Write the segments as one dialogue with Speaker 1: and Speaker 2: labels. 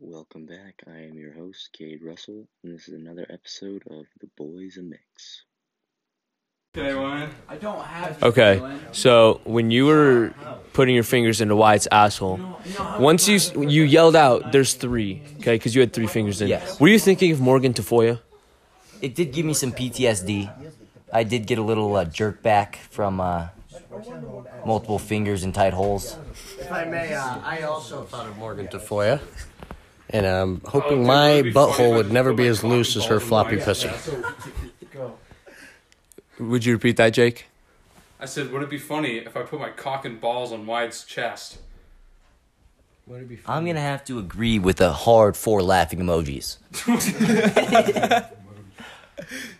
Speaker 1: Welcome back. I am your host, Cade Russell, and this is another episode of The Boys a Mix.
Speaker 2: Okay, Ryan.
Speaker 3: I don't have.
Speaker 4: Okay, so when you were putting your fingers into Wyatt's asshole, once you you yelled out, "There's three, okay, because you had three fingers in.
Speaker 5: Yes.
Speaker 4: Were you thinking of Morgan Tafoya?
Speaker 5: It did give me some PTSD. I did get a little uh, jerk back from uh, multiple fingers and tight holes.
Speaker 6: If I may, uh, I also thought of Morgan Tafoya. And I'm
Speaker 2: Oh,
Speaker 6: hoping
Speaker 2: dude,
Speaker 6: my
Speaker 2: that'd be funny,
Speaker 6: butthole
Speaker 2: but
Speaker 6: would never
Speaker 2: it's
Speaker 6: be
Speaker 2: like
Speaker 6: as loose as her
Speaker 2: balls
Speaker 6: floppy
Speaker 2: and
Speaker 6: pussy.
Speaker 4: Would you repeat that, Jake?
Speaker 2: I said, would it be funny if I put my cock and balls on Wyatt's chest?
Speaker 5: I'm gonna have to agree with a hard four laughing emojis.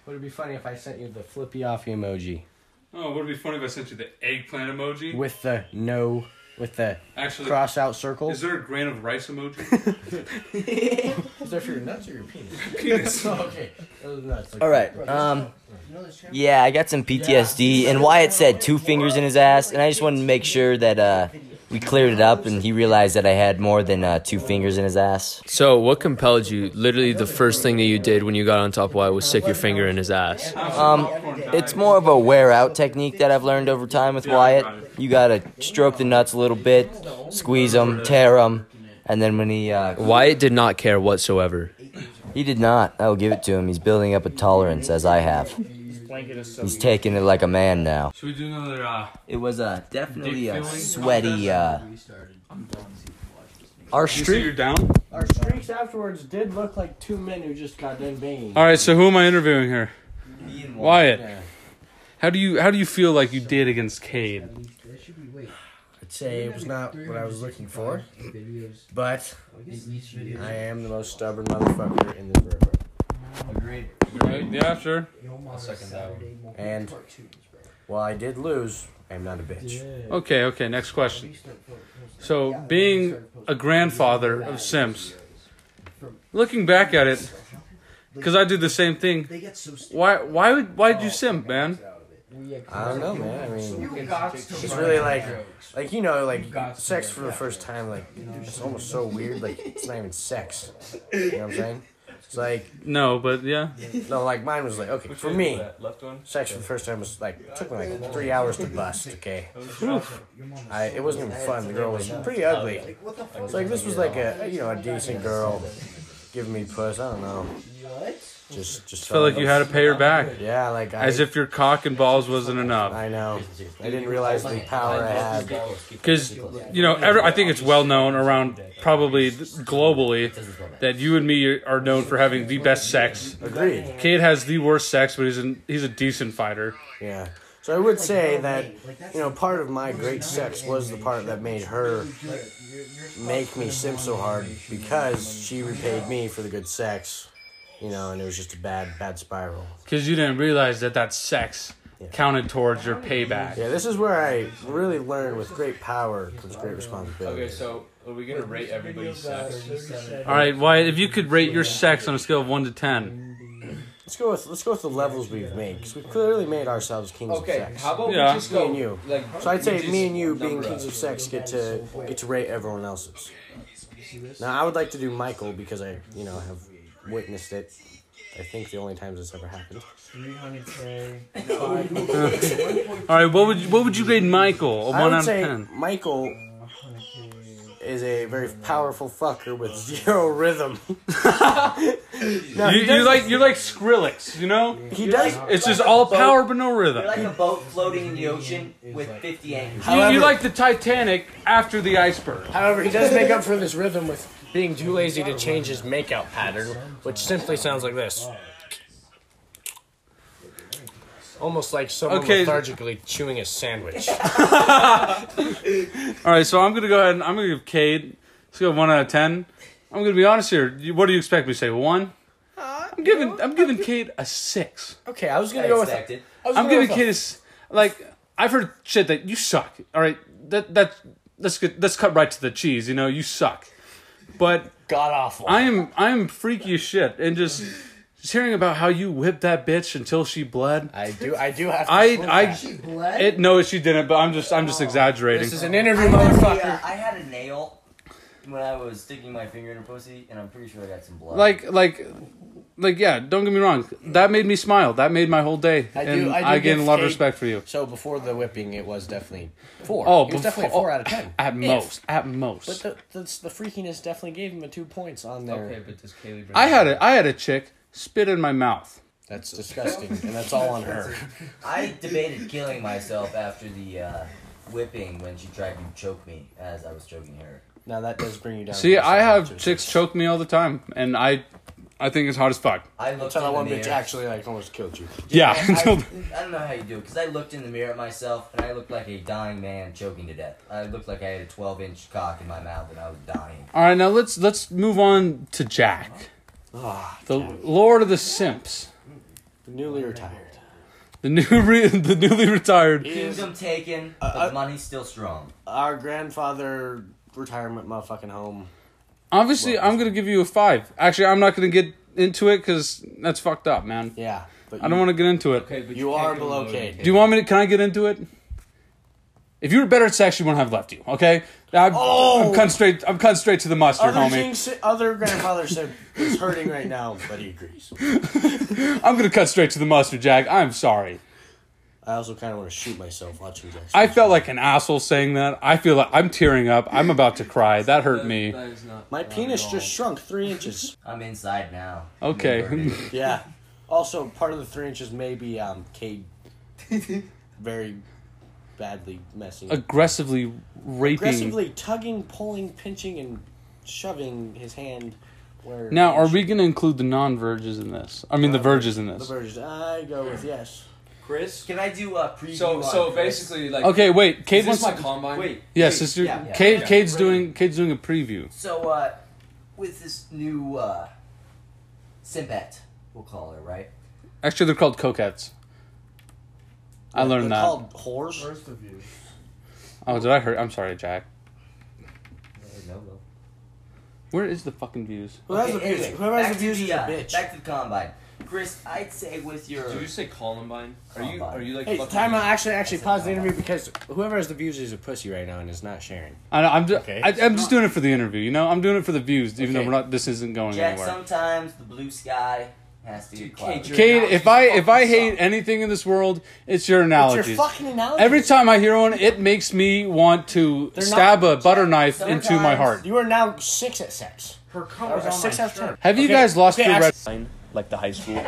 Speaker 6: Would it be funny if I sent you the flippy off emoji
Speaker 2: Oh, would it be funny if I sent you the eggplant emoji?
Speaker 6: with the no, with the
Speaker 2: Actually,
Speaker 6: cross out circle?
Speaker 2: is there a grain of rice emoji?
Speaker 6: Is that for your nuts or your penis?
Speaker 2: Penis.
Speaker 6: okay.
Speaker 5: All right. Um, yeah, I got some PTSD, and Wyatt said two fingers in his ass, and I just wanted to make sure that uh, we cleared it up, and he realized that I had more than uh, two fingers in his ass.
Speaker 4: So what compelled you? Literally, the first thing that you did when you got on top of Wyatt was stick your finger in his ass.
Speaker 5: Um, it's more of a wear out technique that I've learned over time with
Speaker 2: Yeah, I got
Speaker 5: Wyatt.
Speaker 2: it.
Speaker 5: You gotta stroke the nuts a little bit, squeeze them, tear them, and then when he uh,
Speaker 4: Wyatt did not care whatsoever.
Speaker 5: he did not, I will give it to him. He's building up a tolerance as I have. He's taking it like a man now.
Speaker 2: Should we do another? Uh,
Speaker 5: It was uh, definitely a
Speaker 2: Dick feeling
Speaker 5: sweaty. Uh,
Speaker 6: Our
Speaker 2: you see
Speaker 6: streak,
Speaker 2: you're down.
Speaker 6: our streaks afterwards did look like two men who just got done banging.
Speaker 2: All right. So who am I interviewing here? Wyatt.
Speaker 6: Yeah.
Speaker 2: How do you How do you feel like you did against Cade?
Speaker 6: I'd say it was not what I was looking for, but I am the most stubborn motherfucker in this room.
Speaker 2: Yeah, sure.
Speaker 6: And while I did lose, I'm not a bitch.
Speaker 2: Okay. Okay. Next question. So being a grandfather of Sims, looking back at it, because I did the same thing.
Speaker 7: They get so stupid.
Speaker 2: Why Why would Why would you simp, man?
Speaker 6: I don't know, man. I mean, it's really like, like you know, like sex for the first time, like it's almost so weird. Like it's not even sex. You know what I'm saying? It's like
Speaker 2: No, but yeah.
Speaker 6: no, like mine was like okay for me. Sex for the first time was like took me like three hours to bust. Okay, I it wasn't even fun. The girl was pretty ugly.
Speaker 7: What the fuck?
Speaker 6: It's like this was like a you know a decent girl giving me puss. I don't know. Just just
Speaker 2: Felt like you had to pay her back,
Speaker 6: Yeah, like I,
Speaker 2: as if your cock and balls wasn't enough.
Speaker 6: I know. I didn't realize the power I had.
Speaker 2: Because you know, every, I think it's well known around probably th- globally that you and me are known for having the best sex.
Speaker 6: Agreed.
Speaker 2: Cade has the worst sex, but he's an, he's a decent fighter.
Speaker 6: Yeah. So I would say that you know part of my great sex was the part that made her make me simp so hard because she repaid me for the good sex. You know, and it was just a bad bad spiral.
Speaker 2: Because you didn't realize that that sex counted towards your payback.
Speaker 6: Yeah, this is where I really learned with great power comes great responsibility.
Speaker 8: so are we gonna rate everybody's sex?
Speaker 2: All right, Wyatt, if you could rate your sex on a scale of one to ten,
Speaker 6: Let's go with let's go with the levels we've made because we've clearly made ourselves kings of
Speaker 8: Okay,
Speaker 6: sex.
Speaker 8: how about
Speaker 2: Yeah.
Speaker 8: we just
Speaker 6: Me
Speaker 8: go
Speaker 6: and you.
Speaker 8: Like,
Speaker 6: So I'd
Speaker 8: we
Speaker 6: say
Speaker 8: just
Speaker 6: me and you being
Speaker 8: number
Speaker 6: kings
Speaker 8: us.
Speaker 6: of sex get to get to rate everyone else's. Now I would like to do Michael because I you know have witnessed it. I think the only times it's ever happened.
Speaker 2: all right, what would you, what would you grade Michael? A
Speaker 6: I
Speaker 2: one
Speaker 6: would
Speaker 2: out of
Speaker 6: say
Speaker 2: ten.
Speaker 6: Michael is a very powerful fucker with zero rhythm. no,
Speaker 2: You,
Speaker 6: he
Speaker 2: you're
Speaker 6: does,
Speaker 2: like you're like Skrillex, you know?
Speaker 6: he does.
Speaker 2: It's just all power but no rhythm.
Speaker 5: like a boat floating in the ocean with 50 anchors.
Speaker 2: You,
Speaker 6: However-
Speaker 2: you like the Titanic after the iceberg.
Speaker 6: However, he does make up for this rhythm with being too lazy to change his makeout pattern, which simply sounds like this. Almost like someone
Speaker 2: Okay.
Speaker 6: lethargically chewing a sandwich.
Speaker 2: All right, so I'm gonna go ahead and I'm gonna give Cade. Let's go one out of ten. I'm gonna be honest here. You- What do you expect me to say? One.
Speaker 6: Uh,
Speaker 2: I'm giving I'm giving Cade a six.
Speaker 6: Okay, I was gonna
Speaker 5: I
Speaker 6: go with.
Speaker 5: expected.
Speaker 6: I was
Speaker 2: I'm
Speaker 6: gonna go
Speaker 2: giving
Speaker 6: with
Speaker 2: Cade a s- like I've heard shit that you suck. All right, that that let's get let's cut right to the cheese. You know you suck, but
Speaker 6: god awful.
Speaker 2: I am I am freaky as shit and just just hearing about how you whipped that bitch until she bled.
Speaker 6: I do. I do have. To
Speaker 2: I
Speaker 6: swim back.
Speaker 2: I
Speaker 6: Oh,
Speaker 2: it no she didn't, but I'm just I'm just exaggerating.
Speaker 6: This is an interview, motherfucker.
Speaker 5: I had a nail when I was sticking my finger in her pussy, and I'm pretty sure I got some blood.
Speaker 2: Like, like, like, yeah. Don't get me wrong. That made me smile. That made my whole day,
Speaker 6: I do-
Speaker 2: and
Speaker 6: I do
Speaker 2: gained a
Speaker 6: give
Speaker 2: lot of
Speaker 6: Kate-
Speaker 2: respect for you.
Speaker 6: So before the whipping, it was definitely four.
Speaker 2: Oh,
Speaker 6: it
Speaker 2: befo-
Speaker 6: was definitely a four out of ten
Speaker 2: At
Speaker 6: If-
Speaker 2: most, at most.
Speaker 6: But the, the the freakiness definitely gave him a two points on there.
Speaker 8: Okay, but does Kaylee bring
Speaker 2: I had a I had a chick spit in my mouth.
Speaker 6: That's disgusting, and that's all on her.
Speaker 5: I debated killing myself after the uh, whipping when she tried to choke me as I was choking her.
Speaker 6: Now that does bring you down.
Speaker 2: See,
Speaker 6: to
Speaker 2: I have
Speaker 6: yourself.
Speaker 2: chicks choke me all the time, and I, I think it's hard as fuck.
Speaker 5: I looked
Speaker 6: Until that
Speaker 5: in
Speaker 6: one
Speaker 5: the
Speaker 6: bitch
Speaker 5: mirror.
Speaker 6: actually like almost killed you.
Speaker 2: Yeah.
Speaker 5: I, I don't know how you do it because I looked in the mirror at myself and I looked like a dying man choking to death. I looked like I had a 12 inch cock in my mouth and I was dying.
Speaker 2: all right, now let's let's move on to Jack,
Speaker 6: Ah,
Speaker 2: the Lord of the Simps,
Speaker 6: newly retired.
Speaker 2: the new re- the newly retired.
Speaker 5: Kingdom taken,
Speaker 6: Uh,
Speaker 5: but the money's still strong.
Speaker 6: Our grandfather retirement motherfucking home.
Speaker 2: Obviously, I'm gonna give you a five. Actually, I'm not gonna get into it because that's fucked up, man.
Speaker 6: Yeah, but
Speaker 2: I don't want to get into it.
Speaker 8: Okay, but
Speaker 6: You
Speaker 8: can't
Speaker 6: are
Speaker 8: go
Speaker 6: below
Speaker 8: lower
Speaker 6: Kate.
Speaker 8: than
Speaker 2: Do you want me to? Can I get into it? If you were better at sex, you wouldn't have left you. Okay. I'm,
Speaker 6: Oh!
Speaker 2: I'm cutting straight. I'm cutting straight to the mustard,
Speaker 6: Other
Speaker 2: homie.
Speaker 6: things, other grandfather said is hurting right now, but he agrees.
Speaker 2: I'm gonna cut straight to the mustard, Jack. I'm sorry.
Speaker 6: I also kind of want to shoot myself watching Jackson.
Speaker 2: I felt like an asshole saying that. I feel like I'm tearing up. I'm about to cry. That hurt me.
Speaker 8: That is not
Speaker 6: my
Speaker 8: wrong
Speaker 6: penis
Speaker 5: Oh,
Speaker 8: at
Speaker 6: just
Speaker 8: all.
Speaker 6: shrunk three inches.
Speaker 5: I'm inside now.
Speaker 2: Okay.
Speaker 6: Yeah. Also, part of the three inches may be um Cade very badly messing. up.
Speaker 2: Aggressively raping.
Speaker 6: aggressively tugging, pulling, pinching, and shoving his hand. Where
Speaker 2: Now, are we gonna include the non-verges in this? I mean, the verges in
Speaker 6: the
Speaker 2: this.
Speaker 6: version? I go with yes.
Speaker 8: Chris.
Speaker 5: Can I do a preview?
Speaker 8: So
Speaker 5: on
Speaker 8: so
Speaker 5: Chris?
Speaker 8: basically like
Speaker 2: Okay, wait. Cade
Speaker 8: Is
Speaker 2: wants.
Speaker 8: this my combine? Wait.
Speaker 2: yes, it's your,
Speaker 5: yeah, yeah,
Speaker 2: Cade,
Speaker 8: yeah.
Speaker 2: Cade's doing. Cade's doing a preview.
Speaker 5: So, uh, with this new uh, Simpet, we'll call her, right?
Speaker 2: Actually, they're called coquettes. I
Speaker 6: They're
Speaker 2: learned that.
Speaker 6: Called whores.
Speaker 3: First of you.
Speaker 2: Oh, did I hurt? I'm sorry, Jack.
Speaker 5: No, no, no.
Speaker 2: Where is the fucking views?
Speaker 6: Who has
Speaker 5: Okay,
Speaker 6: the views?
Speaker 5: anyway,
Speaker 6: Whoever
Speaker 5: back
Speaker 6: has the
Speaker 5: to
Speaker 6: views is a
Speaker 5: uh,
Speaker 6: bitch.
Speaker 5: Back to the combine. Chris, I'd say with your.
Speaker 8: Did you say Columbine? Are you
Speaker 5: Columbine.
Speaker 8: are you like
Speaker 6: Hey,
Speaker 8: fucking-
Speaker 6: time out. Actually, actually, pause the interview because whoever has the views is a pussy right now and is not sharing.
Speaker 2: I know, I'm just,
Speaker 6: Okay.
Speaker 2: I, I'm just doing it for the interview. You know, I'm doing it for the views, even though
Speaker 6: Okay.
Speaker 2: we're not. This isn't going
Speaker 5: Jack,
Speaker 2: anywhere.
Speaker 5: sometimes the blue sky has to get
Speaker 8: Dude,
Speaker 5: cloudy.
Speaker 8: Cage, you're-
Speaker 2: Cade, if I if I
Speaker 8: fucking
Speaker 2: hate
Speaker 8: suck.
Speaker 2: anything in this world, it's your
Speaker 6: It's your
Speaker 2: analogies.
Speaker 6: fucking analogy.
Speaker 2: Every time I hear one, it makes me want to
Speaker 6: They're
Speaker 2: stab a butter knife
Speaker 5: sometimes-
Speaker 2: into my heart.
Speaker 6: you are now six at sex.
Speaker 3: Her
Speaker 6: Or
Speaker 3: colors on my
Speaker 6: six out of
Speaker 3: shirt.
Speaker 6: ten.
Speaker 2: Have you
Speaker 6: Okay,
Speaker 2: guys lost
Speaker 6: okay,
Speaker 2: your red?
Speaker 6: actually-
Speaker 4: like the high school.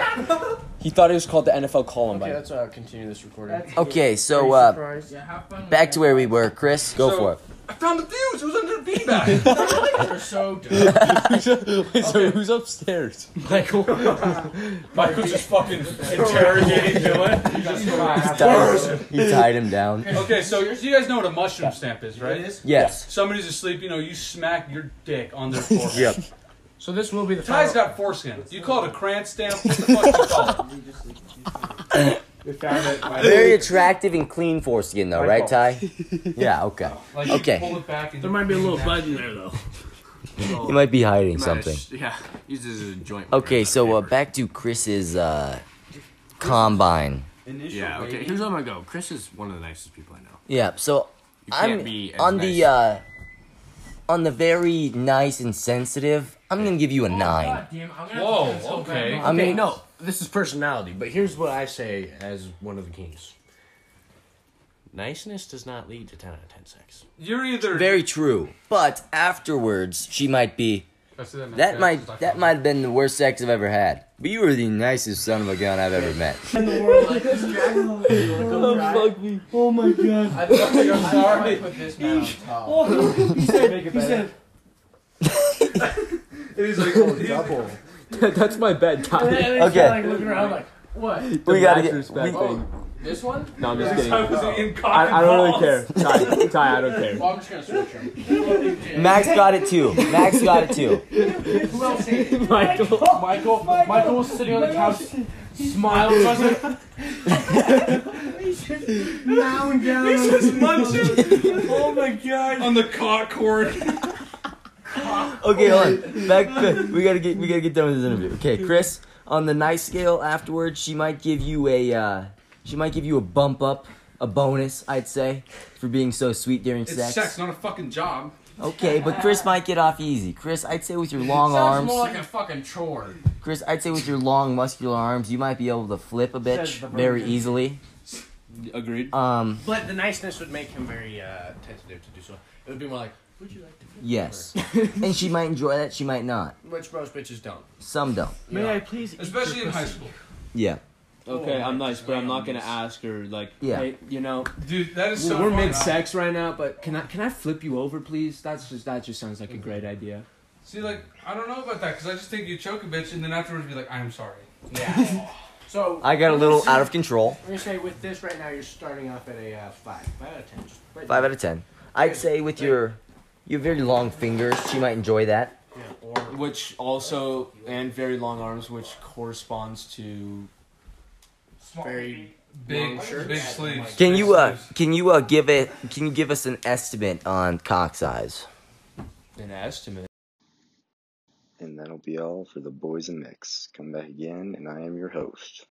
Speaker 4: he thought it was called the NFL Columbine.
Speaker 6: Okay, that's why I'll continue this recording.
Speaker 5: Okay,
Speaker 3: Are
Speaker 5: so
Speaker 3: you
Speaker 5: uh,
Speaker 3: surprised?
Speaker 5: back to where we were, Chris. Go
Speaker 2: So-
Speaker 5: for it.
Speaker 2: I found the views. It was under the feedback.
Speaker 3: You're so dumb.
Speaker 4: Wait, so who's upstairs?
Speaker 8: Michael's just fucking interrogating Dylan.
Speaker 5: You tied him down.
Speaker 2: okay, so you guys know what a mushroom stamp is, right?
Speaker 5: Yes.
Speaker 2: Somebody's asleep. You know, you smack your dick on their forehead.
Speaker 4: Yep.
Speaker 6: So this will be the
Speaker 2: Ty's
Speaker 6: final.
Speaker 2: got foreskin. You call it a cran stamp? What the fuck do you call it?
Speaker 5: Very attractive and clean foreskin, though, right, Ty? Yeah. Okay.
Speaker 2: Like
Speaker 5: you Okay. pull
Speaker 2: it back and
Speaker 3: There might be a little bud in there though.
Speaker 5: Oh. He might be hiding something.
Speaker 3: Yeah. Uses a joint.
Speaker 5: Okay, so uh, back to Chris's uh, combine.
Speaker 3: Yeah. Okay. Here's what I'm gonna go. Chris is one of the nicest people I know.
Speaker 5: Yeah. So
Speaker 3: You can't
Speaker 5: I'm
Speaker 3: be as
Speaker 5: on
Speaker 3: nice.
Speaker 5: the uh, on the very nice and sensitive. I'm gonna give you a
Speaker 3: Oh,
Speaker 5: nine.
Speaker 2: Whoa, okay.
Speaker 5: I
Speaker 6: I mean,
Speaker 5: mean,
Speaker 6: no, this is personality, but here's what I say as one of the kings. Niceness does not lead to 10 out of 10 sex.
Speaker 2: You're either
Speaker 5: very true. But afterwards, she might be. That might that might have been the worst sex I've ever had. But you were the nicest son of a gun I've ever met.
Speaker 8: I think I'm sorry. Put this man on top.
Speaker 4: that's my bed. Ty.
Speaker 5: Okay,
Speaker 3: Looking around like, what?
Speaker 5: we gotta get.
Speaker 4: Back thing.
Speaker 3: This one?
Speaker 4: No, I'm just kidding.
Speaker 2: in
Speaker 4: I, I don't really care. Ty, Ty, I don't care.
Speaker 3: Well, I'm just gonna switch him.
Speaker 5: Max got it too. Max got it too.
Speaker 3: Michael, Michael, Michael was sitting on the couch, smiled. I was like,
Speaker 2: Oh On the cock cord.
Speaker 5: Okay, hold on. Back, we gotta get we gotta get done with this interview. Okay, Chris, on the nice scale afterwards, she might give you a uh, she might give you a bump up, a bonus, I'd say, for being so sweet during
Speaker 2: It's
Speaker 5: sex.
Speaker 2: sex, not a fucking job.
Speaker 5: Okay, but Chris might get off easy. Chris, I'd say with your long
Speaker 9: Sounds
Speaker 5: arms,
Speaker 9: more like a fucking chore.
Speaker 5: Chris, I'd say with your long muscular arms, you might be able to flip a
Speaker 6: Says
Speaker 5: bitch
Speaker 6: the
Speaker 5: very
Speaker 6: virgin.
Speaker 5: easily.
Speaker 10: Agreed.
Speaker 5: Um,
Speaker 6: But the niceness would make him very uh, tentative to do so. It would be more like, would you like to flip
Speaker 5: yes, and she might enjoy that. She might not.
Speaker 6: over?" Which most bitches don't.
Speaker 5: Some don't.
Speaker 6: May I please?
Speaker 2: Especially in high school.
Speaker 5: Yeah.
Speaker 10: Okay, I'm nice, but I'm not gonna ask her like,
Speaker 5: Yeah.
Speaker 10: hey, you know,
Speaker 2: Dude, that is so
Speaker 9: We're
Speaker 2: far
Speaker 9: mid
Speaker 2: out.
Speaker 9: sex right now, but can I can I flip you over, please? That's just that just sounds like a great
Speaker 6: Mm-hmm.
Speaker 9: idea.
Speaker 2: See, like, I don't know about that because I just think you choke a bitch and then afterwards be like, I'm sorry.
Speaker 6: Yeah. so
Speaker 5: I got a little out of control.
Speaker 6: We're gonna say with this right now, you're starting off at a uh, five, five out of ten. Just right
Speaker 5: Five out of ten. I'd say with your your very long fingers, she might enjoy that.
Speaker 6: now. Yeah, or
Speaker 10: which also and very long arms, which corresponds to
Speaker 2: Small,
Speaker 6: very
Speaker 2: big,
Speaker 6: long shirts.
Speaker 2: big sleeves.
Speaker 5: Can you uh
Speaker 2: Big sleeves.
Speaker 5: can you uh give it can you give us an estimate on cock size?
Speaker 10: an estimate.
Speaker 1: And that'll be all for the Boys and Mix. Come back again, and I am your host.